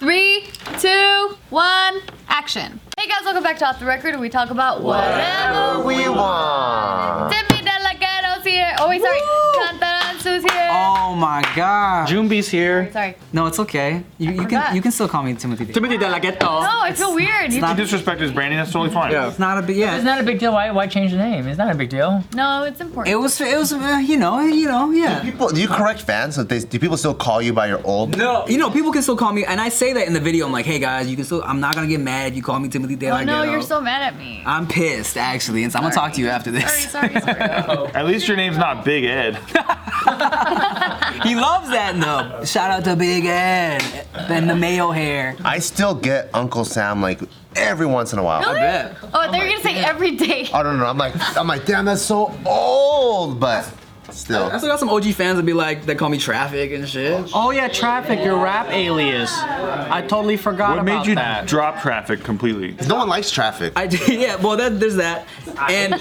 Three, two, one, action. Hey guys, welcome back to Off the Record, where we talk about whatever we want. Timmy Delagado's here. Oh, wait, sorry. Cantaranzo's here. Oh my god. Jumbi's here. Sorry. No, it's okay. You, you forgot. can you can still call me Timothy. D. Timothy Delaghetto. No, I feel weird. You not- Disrespect is Brandy. That's totally fine. Yeah. It's not a big It's yeah. not a big deal. Why, why change the name? It's not a big deal. no, it's important. It was it was uh, you know you know yeah. People, do you correct fans? So they, do people still call you by your old? No, you know people can still call me, and I say that in the video. I'm like, hey guys, you can still. I'm not gonna get mad if you call me Timothy De La oh no, Ghetto. you're so mad at me. I'm pissed actually, and so I'm gonna talk to you after this. Sorry, sorry, sorry. Oh At least your name's not Big Ed. he loves that though. Shout out to Big Ed and the Mayo hair. I still get Uncle Sam like every once in a while. Oh, Really? bet. Oh, they're gonna say every day. I don't know. I'm like, I'm like, damn, that's so old, but still. I still got some OG fans that be like that call me traffic and shit. Oh yeah, Traffic, your rap alias. I totally forgot What about made you that. drop traffic completely? No one likes traffic. I did, yeah, well, that, there's that. And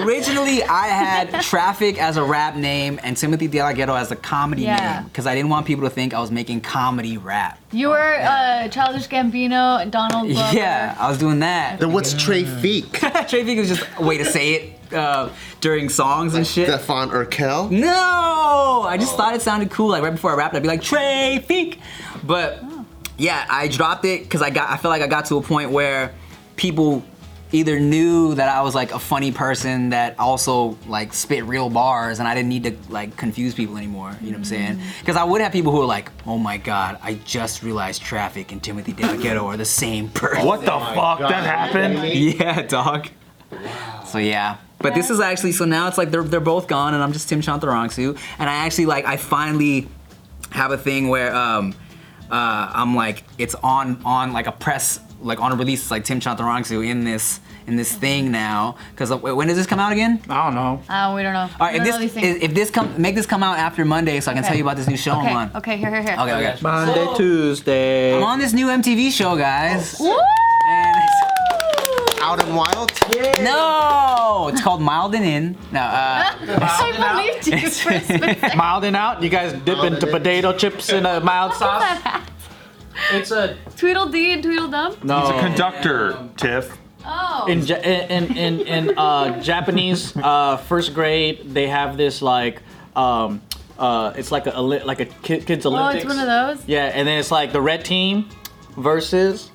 originally, I had Traffic as a rap name and Timothy De La Ghetto as a comedy Yeah. name because I didn't want people to think I was making comedy rap. You were uh, Childish Gambino and Donald Glover. Yeah, I was doing that. Then what's Trey Feek? Traffic was just a way to say it uh, during songs and shit. Stefan Urkel? No, I just thought it sounded cool. Like right before I rapped, I'd be like Trey Feek, but yeah, I dropped it because I got. I felt like I got to a point where people either knew that I was like a funny person that also like spit real bars, and I didn't need to like confuse people anymore. You know what I'm saying? Because I would have people who are like, "Oh my God, I just realized Traffic and Timothy De La Ghetto are the same person." What the fuck? That happened? Yeah, dog. So yeah. But this is actually so now it's like they're they're both gone and I'm just Tim Chantarangsu and I actually like I finally have a thing where um uh I'm like it's on on like a press like on a release it's like Tim Chantarangsu in this in this thing now because when does this come out again? I don't know. Uh, we don't know. All right, we if don't know these this things. if this come make this come out after Monday so I can Okay. tell you about this new show okay. I'm on. Okay, here, here, here. Okay, okay. Monday, Tuesday. I'm on this new MTV show, guys. Woo! And it's- Out and Wild? no, it's called Mild and In. No, uh, I believed you for a split Mild and out. You guys dip into potato chips in a mild sauce. second. It's a Tweedledee and Tweedledum? no. He's a conductor, Tiff. Oh. in Ja- in in, in, in uh, Japanese uh, first grade, they have this like um, uh, it's like a Oli- like a kid, kids oh, Olympics. it's one of those? Yeah, and then it's like the red team versus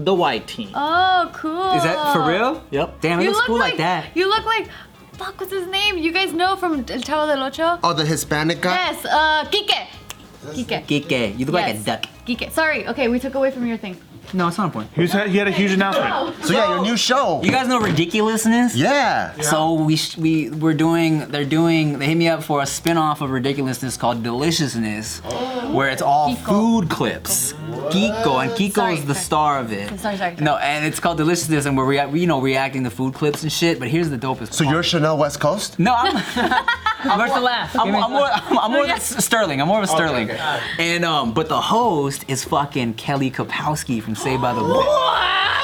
the white team. Oh, cool. is that for real? Yep. Damn, it You looks look cool like, like that. You look like. Fuck, what's his name? You guys know from El Chavo del Ocho? Oh, the Hispanic guy? Yes, uh, Kike. Kike. Kike, you look like a Yes. duck. Kike. Sorry, okay, we took away from your thing. Oh, No, it's not important. He, was, he had a huge announcement. So yeah, your new show. You guys know ridiculousness? Yeah. So we sh- we we're doing they're doing they hit me up for a spin-off of ridiculousness called Deliciousness, where it's all Kiko. food clips. Kiko and Kiko Oh. Sorry, is the sorry. star of it. Sorry, sorry, sorry. No, and it's called Deliciousness, and we're rea- you know reacting to food clips and shit. But here's the dopest. So part. you're Chanel West Coast? no, I'm, Where's the laugh? I'm, I'm more, I'm, I'm more yeah. of a S- Sterling. I'm more of a Sterling. And um, but the host is fucking Kelly Kapowski from Saved by the Bell.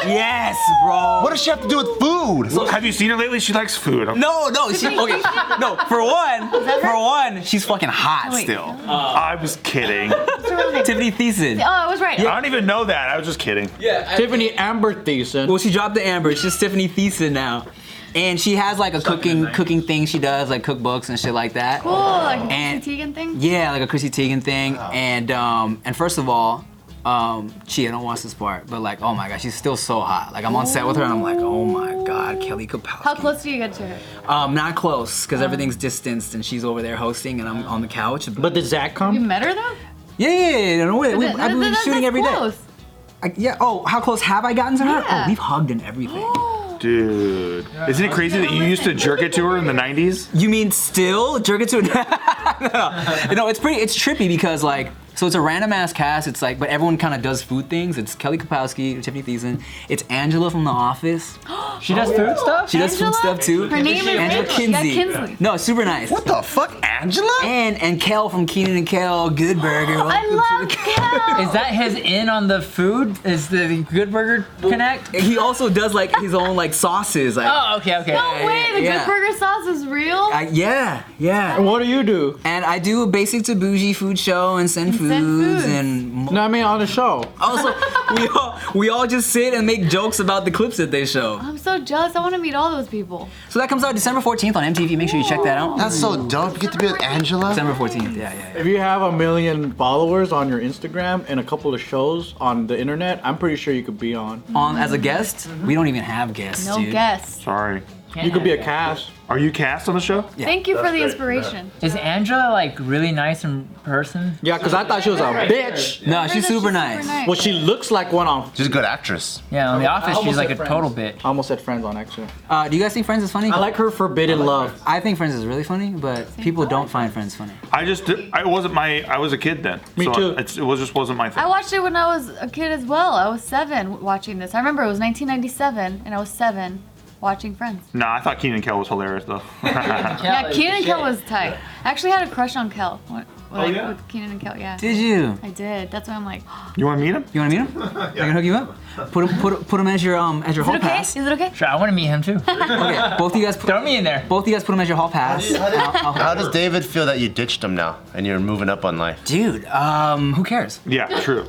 Yes, bro. What does she have to do with food? Have you seen her lately? She likes food. No, no, she okay. No, for one, for one, she's fucking hot Wait. still. Uh, I was kidding. I What's her real name? Tiffany Thiessen. Oh, I was right. don't even know that. I was just kidding. Tiffany Amber Thiessen. Well, she dropped the amber. It's just Tiffany Thiessen now, and she has like a cooking cooking thing she does, like cookbooks and shit like that. Cool, like a And- Chrissy Teigen thing? Yeah, like a Chrissy Teigen thing. And um, and first of all, um, Chia, don't watch this part, but like, oh my god, she's still so hot. Like I'm on set with her, and I'm like, oh my god, Kelly Kapowski. How Oh. close do you get to her? Um, not close, because everything's distanced, and she's over there hosting, and Oh. I'm on the couch. But But did Zach You come? met her though? yeah, yeah, yeah, no, we, we, That- I've that- been that's shooting every day. close. I, yeah. Oh, how close have I gotten to her? Yeah. Oh. Oh, we've hugged and everything. Dude. Isn't it crazy that you used to jerk it to her in the 90s? You mean still jerk it to? no, no, no, it's pretty. It's trippy because like So it's a random ass cast. It's like, but everyone kind of does food things. It's Kelly Kapowski, Tiffany Thiessen. It's Angela from The Office. She does food stuff? She does food Oh, Angela? stuff too. Her name is Angela Angela. Yeah, Kinsey. Kinsley. No, super nice. What the fuck, Eh. Angela? And and Kel from Keenan and Kel, Good Burger. I love Cal. Is that his in on the food? Is the Good Burger Connect? he also does like his own like sauces. Like, Oh, okay, okay. yeah, No way, the yeah. Good Burger sauce is real. I- yeah, yeah. What do you do? And I do a basic to bougie food show and send foods send foods. and mo- No, I mean on the show. also we all we all just sit and make jokes about the clips that they show. I'm so jealous. I want to meet all those people. So that comes out December 14th on MTV. Make sure you check that out. That's so dope. You get to be with Angela. December 14th. Yeah, yeah. yeah. If you have a million followers on your Instagram and a couple of shows on the internet, I'm pretty sure you could be on. Um, as a guest, we don't even have guests. No dude. guess. Sorry. You could be a cast. Are you cast on the show? Thank you for the inspiration. Is Angela like really nice in person? Yeah, because I thought she was a bitch. No, she's super nice. Well, she looks like one on. She's a good actress. Yeah, on The Office, almost she's like a said friends. total bitch. I almost said friends on actually. Uh, do you guys think Friends is funny? I like her forbidden love. I think Friends is really funny, but people don't find Friends funny. I just I wasn't my I was a kid then. Me so too. It's, it was just wasn't my thing. I watched it when I was a kid as well. I was seven watching this. I remember it was 1997, and I was seven watching Friends. nah, I thought Keenan and Kel was hilarious though. yeah, Keenan and Kel was tight. I actually had a crush on Kel. When, when I- yeah? With Keenan and Kel, yeah. Oh, Did you? I did. That's why I'm like, is you want to meet him? You want to meet him? I can hook you up. Put him, put, put him as your um as your it hall okay? pass. Is it okay? Sure, I want to meet him too. Okay, both of you guys. Put, Throw me in there. both of you guys put him as your hall pass. I'll- I'll- How does David feel that you ditched him now and you're moving up on life? dude, um, who cares? Yeah, true.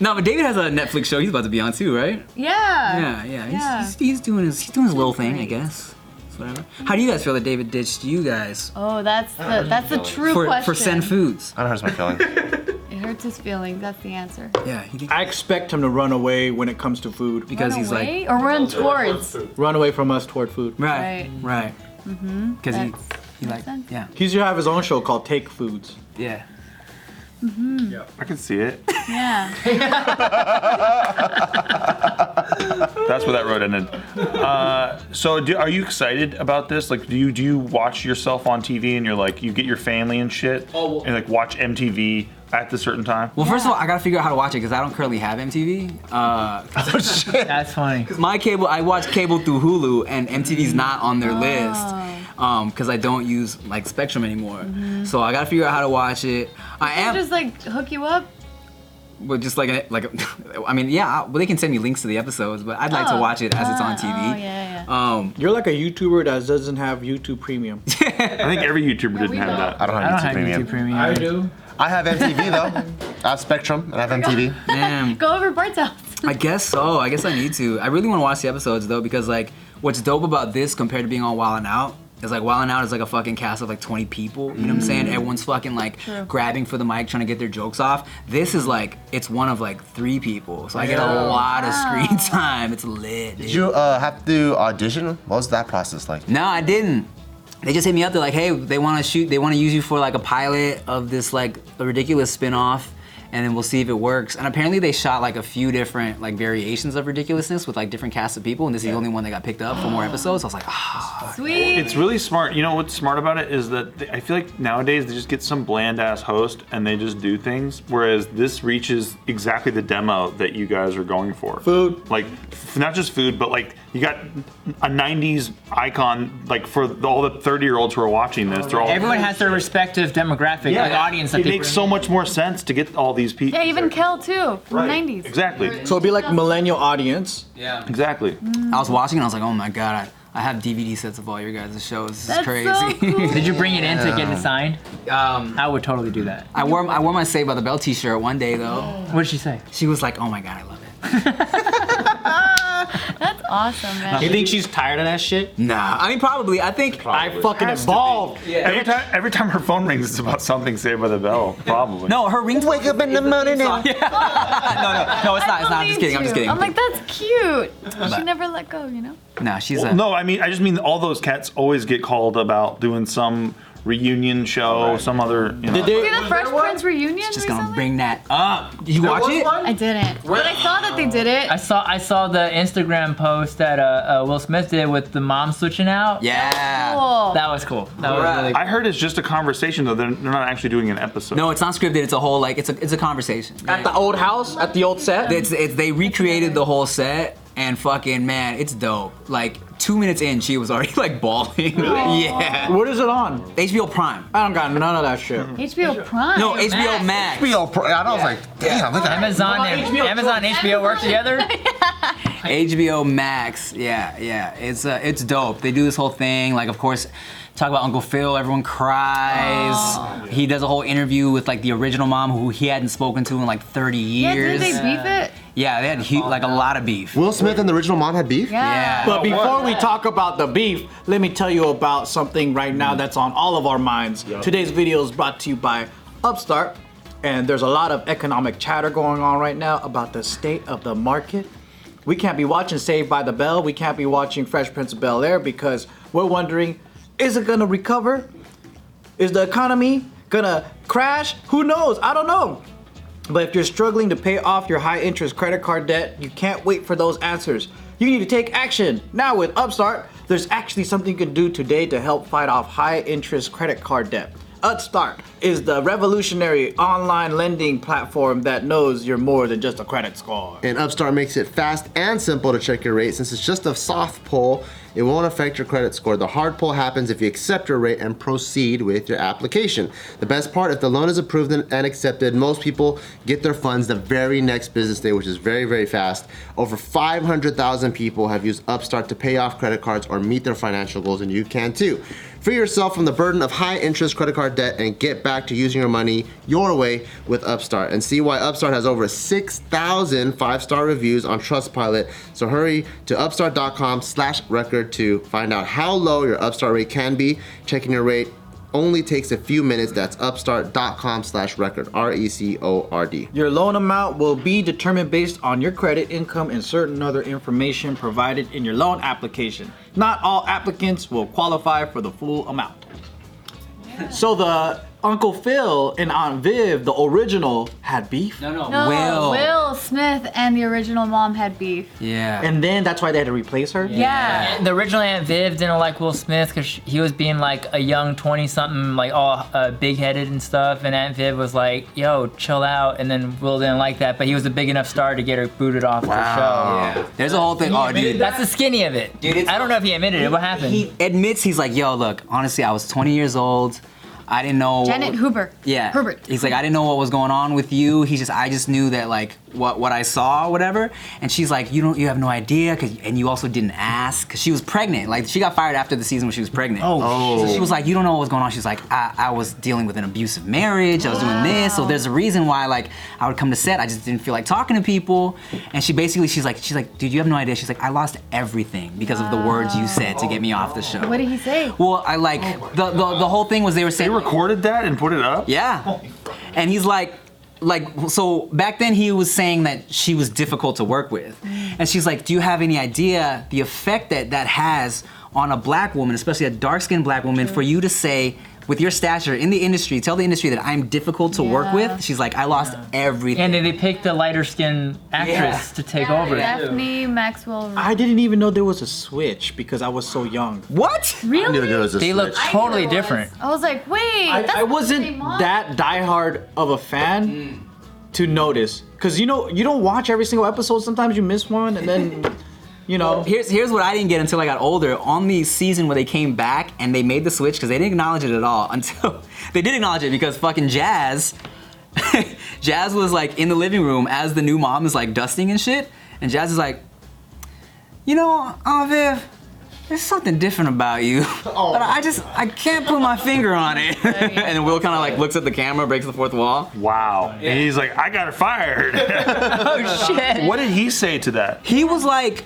No, but David has a Netflix show. He's about to be on too, right? Yeah. Yeah, yeah. He's, Yeah. He's, he's doing his he's doing his little thing, I guess. It's whatever. How do you guys feel that David ditched you guys Oh, that's the that's the true for question. for send foods? I don't hurt my feelings. It hurts his feelings. That's the answer. Yeah, he did. I expect him to run away when it comes to food. because he's like away or run towards. Run away from us toward food. right, right. Because he That's- he like sense. yeah He used to have his own show called Take Foods. yeah. I can see it. Yeah. That's where that road ended. Uh, so, do, are you excited about this? Like, do you do you watch yourself on TV and you're like, you get your family and shit, Oh, well- and like watch MTV at the certain time? Well, first of all, I gotta figure out how to watch it because I don't currently have MTV. Uh, That's funny. my cable, I watch cable through Hulu, and MTV's not on their list because I don't use like Spectrum anymore. So I gotta figure out how to watch it. I am, just like hook you up. but just like a, like, a, I mean, yeah. I- Well, they can send me links to the episodes, but I'd like to Oh. watch it as it's on Ah, TV. oh, yeah, yeah. Um, You're like a YouTuber that doesn't have YouTube Premium. I think every YouTuber didn't we have don't. that. I don't I have YouTube don't have Premium. YouTube Premium. I do. I have MTV though. I have Spectrum and I have MTV. damn. Go over Bart's house. I guess so. I guess I need to. I really want to watch the episodes though because like what's dope about this compared to being on Wild 'N Out is like Wild 'N Out is like a fucking cast of like 20 people. You know what I'm saying? Mm. Everyone's fucking like grabbing for the mic trying to get their jokes off. This is like it's one of like three people, so I get a lot of screen time. It's lit. dude. Did you uh, have to audition? What was that process like? No, I didn't. They just hit me up. They're like, hey, they want to shoot, they want to use you for like a pilot of this like a ridiculous spin-off, and then we'll see if it works. And apparently they shot like a few different like variations of ridiculousness with like different casts of people, and this is the only one that got picked up for more episodes. I was like, ah. Sweet. It's really smart. You know what's smart about it is that they, I feel like nowadays they just get some bland ass host and they just do things, whereas this reaches exactly the demo that you guys are going for. Food. like f- not just food, but like you got a '90s icon. Like for the, all the 30 year olds who are watching this, they're all Everyone has their respective demographic, like audience that It they makes bring so in. much more sense to get all these people. yeah, even Kel too from Right. the 90s. Exactly. So it'd be like millennial audience. Exactly. I was watching and I was like, oh my god, I, I have DVD sets of all your guys' shows. This That's is crazy. so cool. Did you bring it in to get it signed? um, I would totally do that. I wore I wore my Save by the Bell T-shirt one day though. What did she say? She was like, oh my god, I love it. That's awesome, man. You think she's tired of that shit? Nah, I mean probably. I think I fucking Has to evolved. Every time, every time her phone rings, it's about something Saved by the Bell. Probably. no, her ringtone. Wake up in the morning. and- No, it's not. It's not. I'm Believed just kidding. I'm you. just kidding. I'm like, that's cute. She never let go, you know? nah, she's a. No, I mean, I just mean all those cats always get called about doing some reunion show, some other. You know. Did they- See the Fresh one? Prince reunion Just recently? gonna bring that up. You watch it? I didn't, but I saw that they did it. I saw I saw the Instagram post that uh, uh, Will Smith did with the mom switching out. Yeah. cool. That was cool. That was Right. really cool. I heard it's just a conversation though. They're, they're not actually doing an episode. No, it's not scripted. It's a whole like it's a it's a conversation. At the old house, at the old set. It's, it's they recreated the whole set and fucking man, it's dope. Like two minutes in, she was already like bawling. Yeah. What is it on? HBO Prime. I don't got none of that shit. HBO Prime. No, HBO Max. HBO. Pro- I was like, damn, look at Amazon and Amazon and HBO work together. HBO Max. Yeah, yeah. It's uh, it's dope. They do this whole thing. Like, of course, talk about Uncle Phil. Everyone cries. Oh. He does a whole interview with like the original mom, who he hadn't spoken to in like 30 Yeah, years. did they Oh, beef it? Yeah, they had hu- like a lot of beef. Will Smith and the original mom had beef. Yeah. But before we talk about the beef, let me tell you about something right now that's on all of our minds. Today's video is brought to you by Upstart, and there's a lot of economic chatter going on right now about the state of the market. We can't be watching Saved by the Bell, we can't be watching Fresh Prince of Bel Air because we're wondering is it gonna recover? Is the economy gonna crash? Who knows? I don't know. But if you're struggling to pay off your high interest credit card debt, you can't wait for those answers. You need to take action. Now, with Upstart, there's actually something you can do today to help fight off high interest credit card debt. Upstart is the revolutionary online lending platform that knows you're more than just a credit score. And Upstart makes it fast and simple to check your rate since it's just a soft pull. It won't affect your credit score. The hard pull happens if you accept your rate and proceed with your application. The best part, if the loan is approved and and accepted, most people get their funds the very next business day, which is very, very fast. Over 500,000 people have used Upstart to pay off credit cards or meet their financial goals, and you can too. Free yourself from the burden of high interest credit card debt and get back to using your money your way with Upstart. And see why Upstart has over 6,000 five-star reviews on Trustpilot. So hurry to upstart.com slash record to find out how low your Upstart rate can be. Checking your rate only takes a few minutes. That's upstart.com slash record, E R-E-C-O-R-D. Your loan amount will be determined based on your credit, income, and certain other information provided in your loan application. Not all applicants will qualify for the full amount. So the Uncle Phil and Aunt Viv, the original, had beef, No, Will. Will Smith and the original mom had beef. Yeah. and then that's why they had to replace her. Yeah. The original Aunt Viv didn't like Will Smith because he was being like a young 20 something, like all uh, big headed and stuff. And Aunt Viv was like, yo, chill out. And then Will didn't like that, but he was a big enough star to get her booted off the show. yeah. There's a whole thing. Oh, dude. That's the skinny of it. Dude, it's- I don't know if he admitted it. What happened? He admits he's like, yo, look, honestly, I was 20 years old. I didn't know. Janet Huber. Yeah. Herbert. He's like, I didn't know what was going on with you. He just, I just knew that like what what I saw, or whatever. And she's like, you don't, you have no idea, 'cause- and you also didn't ask. 'Cause she was pregnant. Like she got fired after the season when she was pregnant. Oh. So she was like, you don't know what was going on. She's like, I, I was dealing with an abusive marriage. I was doing this. So there's a reason why like I would come to set. I just didn't feel like talking to people. And she basically, she's like, she's like, dude, you have no idea. She's like, I lost everything because of the words you said to get me off the show. What did he say? Well, I like the, the the whole thing was they were They saying recorded that and put it up. yeah. And he's like, like, so back then he was saying that she was difficult to work with. And she's like, Do you have any idea the effect that that has on a black woman, especially a dark skinned black woman, for you to say, with your stature in the industry, tell the industry that I'm difficult to work Yeah. with? She's like, I lost everything. and then they picked the lighter skinned actress Yeah. to take over. Daphne Maxwell. I didn't even know there was a switch because I was so young. what? really? They look I knew totally it was. different. I was like, wait. I, that's Mm. I not the wasn't same mom. that diehard of a fan to notice, cause you know you don't watch every single episode. Sometimes you miss one, and then you know. Here's here's what I didn't get until I got older. On the season where they came back and they made the switch because they didn't acknowledge it at all until they did acknowledge it because fucking Jazz, Jazz was like in the living room as the new mom is like dusting and shit, and Jazz is like, you know, Aunt Viv, there's something different about you, but I just I can't put my finger on it. and Will kind of like looks at the camera, breaks the fourth wall. Wow. And he's like, I got her fired. Oh shit. what did he say to that? he was like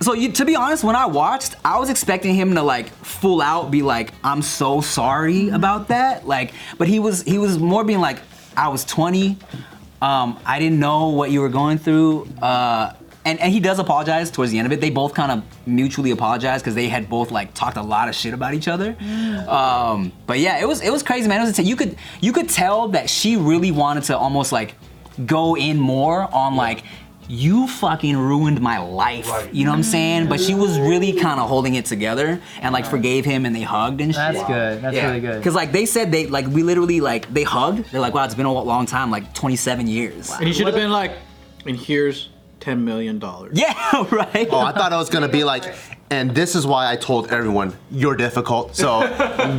so you, to be honest when i watched i was expecting him to like full out be like i'm so sorry about that like but he was he was more being like i was 20 um, i didn't know what you were going through uh, and, and he does apologize towards the end of it. They both kind of mutually apologize because they had both like talked a lot of shit about each other. Mm. Um, but yeah, it was it was crazy, man. It was insane. you could you could tell that she really wanted to almost like go in more on like you fucking ruined my life. You know what I'm saying? But she Mm. was really kind of holding it together and like forgave him and they hugged and shit. That's good. That's really good. Cause like they said they like we literally like they hugged. They're like, wow, it's been a long time, like 27 years. And he should have been like, and here's $10 million. Yeah, right. Oh, I thought it was gonna be like, and this is why I told everyone you're difficult. So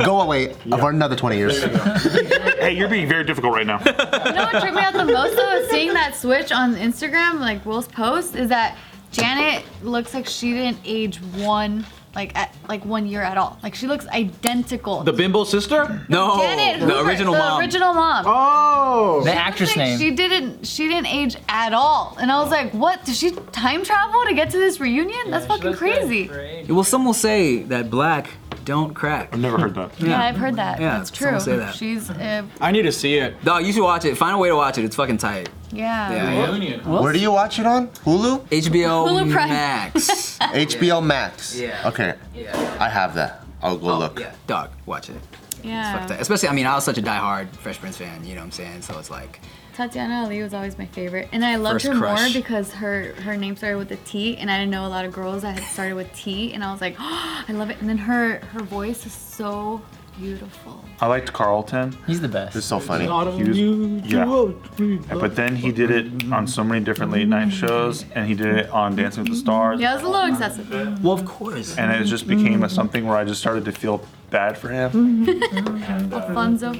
go away for another 20 years. Hey, you're being very difficult right now. You know what tripped me out the most though is seeing that switch on Instagram, like Will's post, is that Janet looks like she didn't age one, like at like one year at all. Like she looks identical. The Oh, bimbo sister? no, Janet the Hoover, original the mom. original mom. Oh. The She looks actress like name. She didn't. She didn't age at all, and I was like, "What? Did she time travel to get to this reunion? That's fucking crazy." Well, some will say that black don't crack. I've never heard that. Yeah, I've heard that. Yeah, That's true. someone say that. She's, uh, I need to see it. Dog, you should watch it. Find a way to watch it. It's fucking tight. yeah. Yeah, Where do you watch it on? Hulu? yeah. HBO Hulu Prime. Max. HBO Max. Yeah. Oh, Okay. I have that. I'll go look. yeah, dog, watch it. Fuck yeah. that. Especially, I mean, I was such a diehard Fresh Prince fan. You know what I'm saying? So it's like, Tatiana Ali was always my favorite, and I loved First her crush. more because her her name started with a T, and I didn't know a lot of girls that had started with T, and I was like, oh, I love it. And then her her voice is so beautiful. I liked Carlton. He's the best. It's so funny. He was- yeah. But then he did it on so many different late night shows, and he did it on Dancing with the Stars. Yeah, it was a little excessive. well, of course. And it just became a something where I just started to feel bad for him, Alfonso,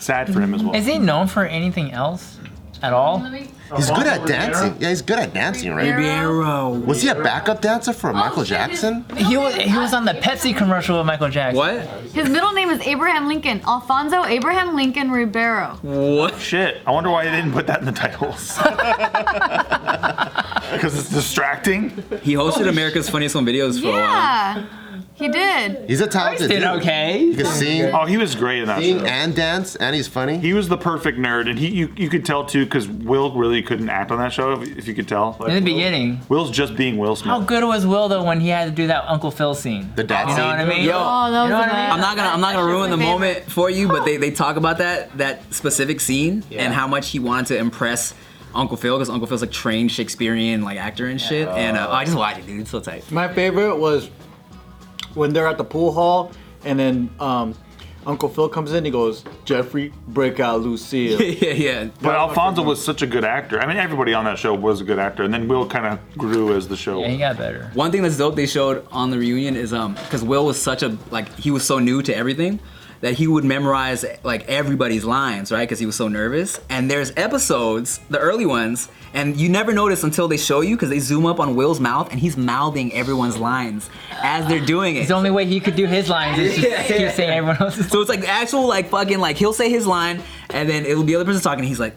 sad for him as well. Is he known for anything else at all? let me. He's good at dancing. Yeah, he's good at dancing, right? Arrow. Was he a backup dancer Oh, for Michael shit, dude. Jackson? He was he was on the Pepsi commercial with Michael Jackson. What? His middle name is Abraham Lincoln. Alfonso Abraham Lincoln Ribeiro. What? Shit, I wonder why they didn't put that in the titles. Because it's distracting. He hosted America's Funniest Home Videos for a while. Yeah, he did. He's a talented dude. Did okay. He can sing, Oh, he was great in that. sing show. and dance, and he's funny. He was the perfect nerd, and he you, you could tell too because Will really couldn't act on that show if, if you could tell. Like, In the Will- beginning. Will's just being Will Smith. How good was Will though when he had to do that Uncle Phil scene? The dad You know scene. what I mean? Yo, Oh, that was You know the what I mean? best. I'm not gonna I'm not gonna That shit's ruin the my favorite. moment for you, but they, they talk about that that specific scene and how much he wanted to impress Uncle Phil because Uncle Phil's like trained Shakespearean like actor and shit. And uh, oh, I just watched it, dude. It's so tight. My favorite was when they're at the pool hall and then um, Uncle Phil comes in. He goes, Jeffrey, break out Lucille. yeah, yeah. but Alfonso was such a good actor. I mean, everybody on that show was a good actor, and then Will kind of grew as the show. Yeah, he got better. One thing that's dope they showed on the reunion is um because Will was such a like he was so new to everything that he would memorize like everybody's lines right because he was so nervous and there's episodes the early ones and you never notice until they show you because they zoom up on Will's mouth and he's mouthing everyone's lines as they're doing it. It's the only way he could do his lines is just Yeah, keep yeah. saying everyone else's. So it's like actual like fucking like he'll say his line and then it'll be the other person talking and he's like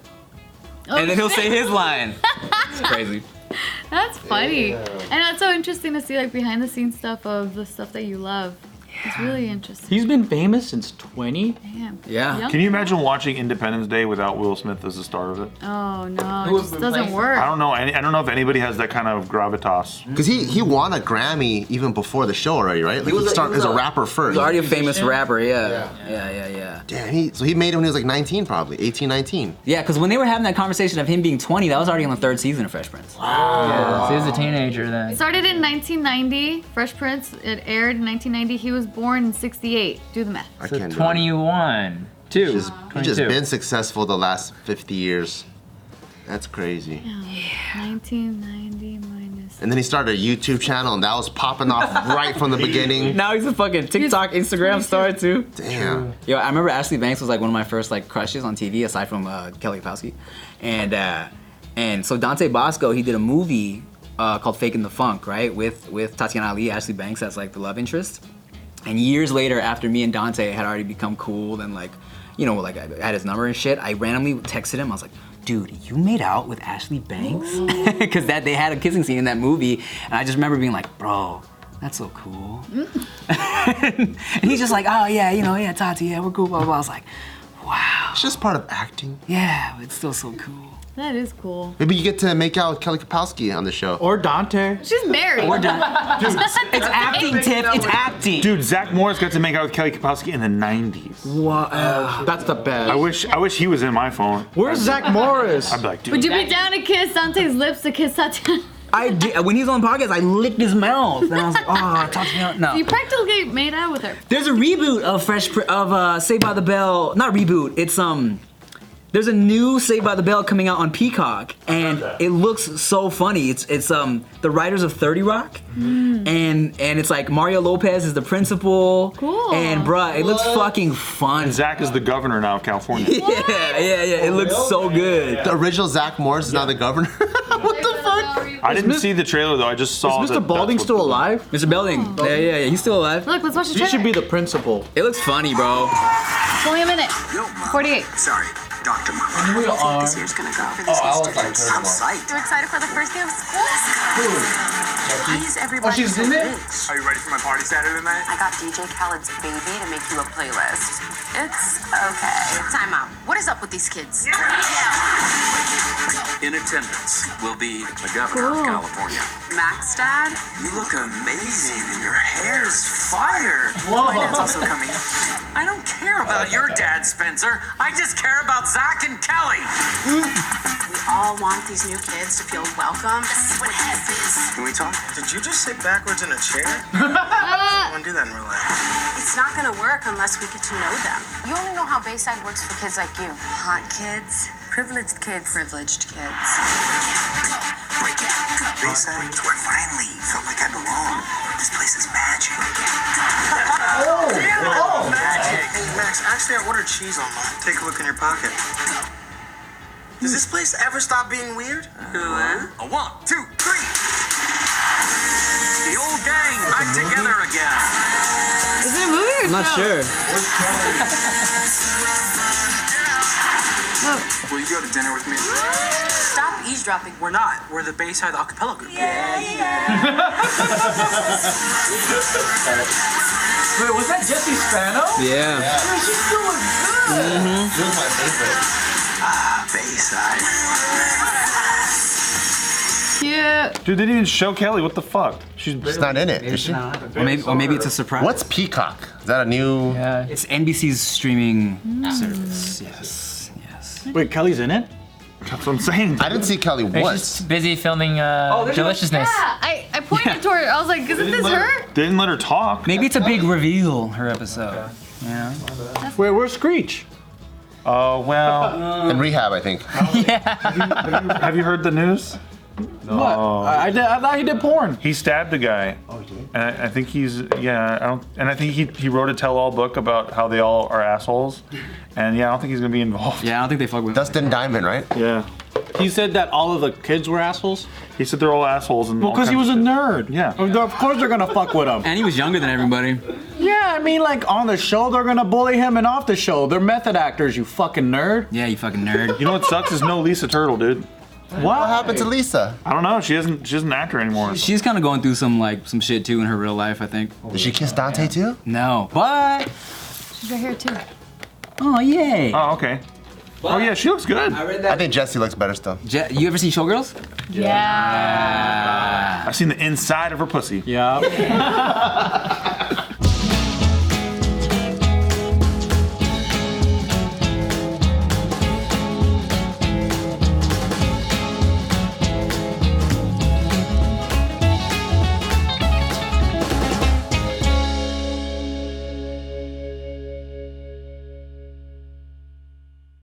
and then he'll say his line. Oh, It's crazy. That's funny. And that's so interesting to see like behind the scenes stuff of the stuff that you love. It's really interesting. He's been famous since 20. Damn. Yeah. Young- Can you imagine watching Independence Day without Will Smith as the star of it? Oh no, it just doesn't replaced I work. don't know. any- I don't know if anybody has that kind of gravitas. Because he, he won a Grammy even before the show already, right? Like he, was a- started he was as a a- rapper He's first. already a famous rapper, yeah. Yeah, yeah, yeah. Damn, he, so he made it when he was like 19 probably, 18, 19. Yeah, because when they were having that conversation of him being 20, that was already on the third season of Fresh Prince. Yeah, so he was a teenager then. Started in 1990, Fresh Prince. It aired in 1990. He was born in 68. Do the math. I So can't do it. 21, two, He's, he's 22. just been successful the last 50 years. That's crazy. 1990 minus. And then he started a YouTube channel, and that was popping off right from the beginning. Now he's a fucking TikTok, Instagram star too. Damn. Yo, I remember Ashley Banks was like one of my first like crushes on TV, aside from uh, Kelly Kapowski, and uh, and so Dante Bosco he did a movie uh, called Faking the Funk, right, with with Tatiana Ali, Ashley Banks as like the love interest, and years later, after me and Dante had already become cool and like, you know, like I had his number and shit, I randomly texted him. I was like. Dude, you made out with Ashley Banks because that they had a kissing scene in that movie, and I just remember being like, "Bro, that's so cool." and he's just like, oh yeah, you know, yeah, Tati, yeah, we're cool, blah blah. blah. I was like, It's just part of acting. Yeah, but it's still so cool. That is cool. Maybe you get to make out with Kelly Kapowski on the show. Or Dante. She's married. We're done. It's acting, Tiff. It's acting. Dude, Zach Morris got to make out with Kelly Kapowski in the 90s. uh, That's the best. I wish I wish he was in my phone. Where's Zach Morris? I'd be like, dude. Would you be down to kiss Dante's lips to kiss Satan? I did, when he was on the podcast, I licked his mouth, and I was like, "Oh, talk to me." on-" No, You practically made out with her. there's a reboot of Fresh Pr- of uh, Saved by the Bell. Not reboot. It's um, there's a new Saved by the Bell coming out on Peacock, and it looks so funny. It's it's um, the writers of Thirty Rock, and and it's like Mario Lopez is the principal. Cool. And bruh, it looks fucking fun. Zach is the governor now of California. Yeah, yeah, yeah. It looks so good. the original Zach Morris is now the governor. What the fuck? I didn't see the trailer though. I just saw. Is that Mr. Balding that's what- still alive? Mr. Belding. Yeah, yeah, yeah. He's still alive. Look, let's watch the You trailer. should be the principal. Oh, It looks funny, bro. It's only a minute. No, Mom. 48. Sorry, Dr. Mom. And we are. This year's gonna go for this oh, Easter like I'm psyched. You're excited for the first day of school? Why is everybody Oh, she's so in it? rich? Are you ready for my party Saturday night? I got DJ Khaled's baby to make you a playlist. It's okay. Time out. What is up with these kids? In attendance will be the governor Cool. of California. Max Dad? You look amazing and your hair's fire. My dad's also coming. I don't care about your dad, Spencer. I just care about Zach and Kelly. We all want these new kids to feel welcome. This is what happens. Can we talk? Did you just sit backwards in a chair? Ah, Don't do that in real life. It's not gonna work unless we get to know them. You only know how Bayside works for kids like you. Hot kids. Privileged kids. Privileged kids. Bayside is where I finally felt like I belong. This place is magic. oh, magic. Hey, Max, actually, I ordered cheese online. Take a look in your pocket. Does this place ever stop being weird? uh? A one, two, three. The old gang back together again. is it a movie or I'm not sure. Will you go to dinner with me? Stop eavesdropping. We're not. We're the Bayside Acapella Group. Wait, was that Jesse Spano? Yeah. Bayside. Cute. Dude, they didn't even show Kelly. What the fuck? She's She's not in it, is she? Or maybe, or maybe it's a surprise. What's Peacock? Is that a new? Yeah. It's NBC's streaming service. Yes. Yes. Wait, Kelly's in it? That's what I'm saying. I didn't see Kelly She's once. busy filming uh, Oh, there's no- Yeah, Deliciousness. I, I pointed toward her. I was like, isn't this her? They didn't let her talk. Maybe it's a big reveal, her episode. Yeah. Wait, where's Screech? Oh well. In rehab, I think. Have you heard the news? What? I, I did, I thought he did porn. He stabbed a guy. Oh, he did. And I, I think he's yeah. I don't. And I think he he wrote a tell-all book about how they all are assholes. And yeah, I don't think he's gonna be involved. Yeah, I don't think they fuck with Dustin Diamond, right? Yeah. He said that all of the kids were assholes. He said they're all assholes and. Well, all because he was kinds a of nerd. Yeah. Oh, Of of course they're gonna fuck with him. And he was younger than everybody. Yeah, I mean, like on the show they're gonna bully him, and off the show they're method actors. You fucking nerd. Yeah, you fucking shit. nerd. You know what sucks is no Lisa Turtle, dude. What happened to Lisa? I don't know. She isn't. She doesn't act her anymore. She's kind of going through some like some shit too in her real life, I think. Did she kiss Dante too? No, but She's right here, too. oh yay! Oh okay. Oh yeah, she looks good. I read I that. think Jesse looks better still. Je- you ever see Showgirls? Yeah. I've seen the inside of her pussy. Yeah.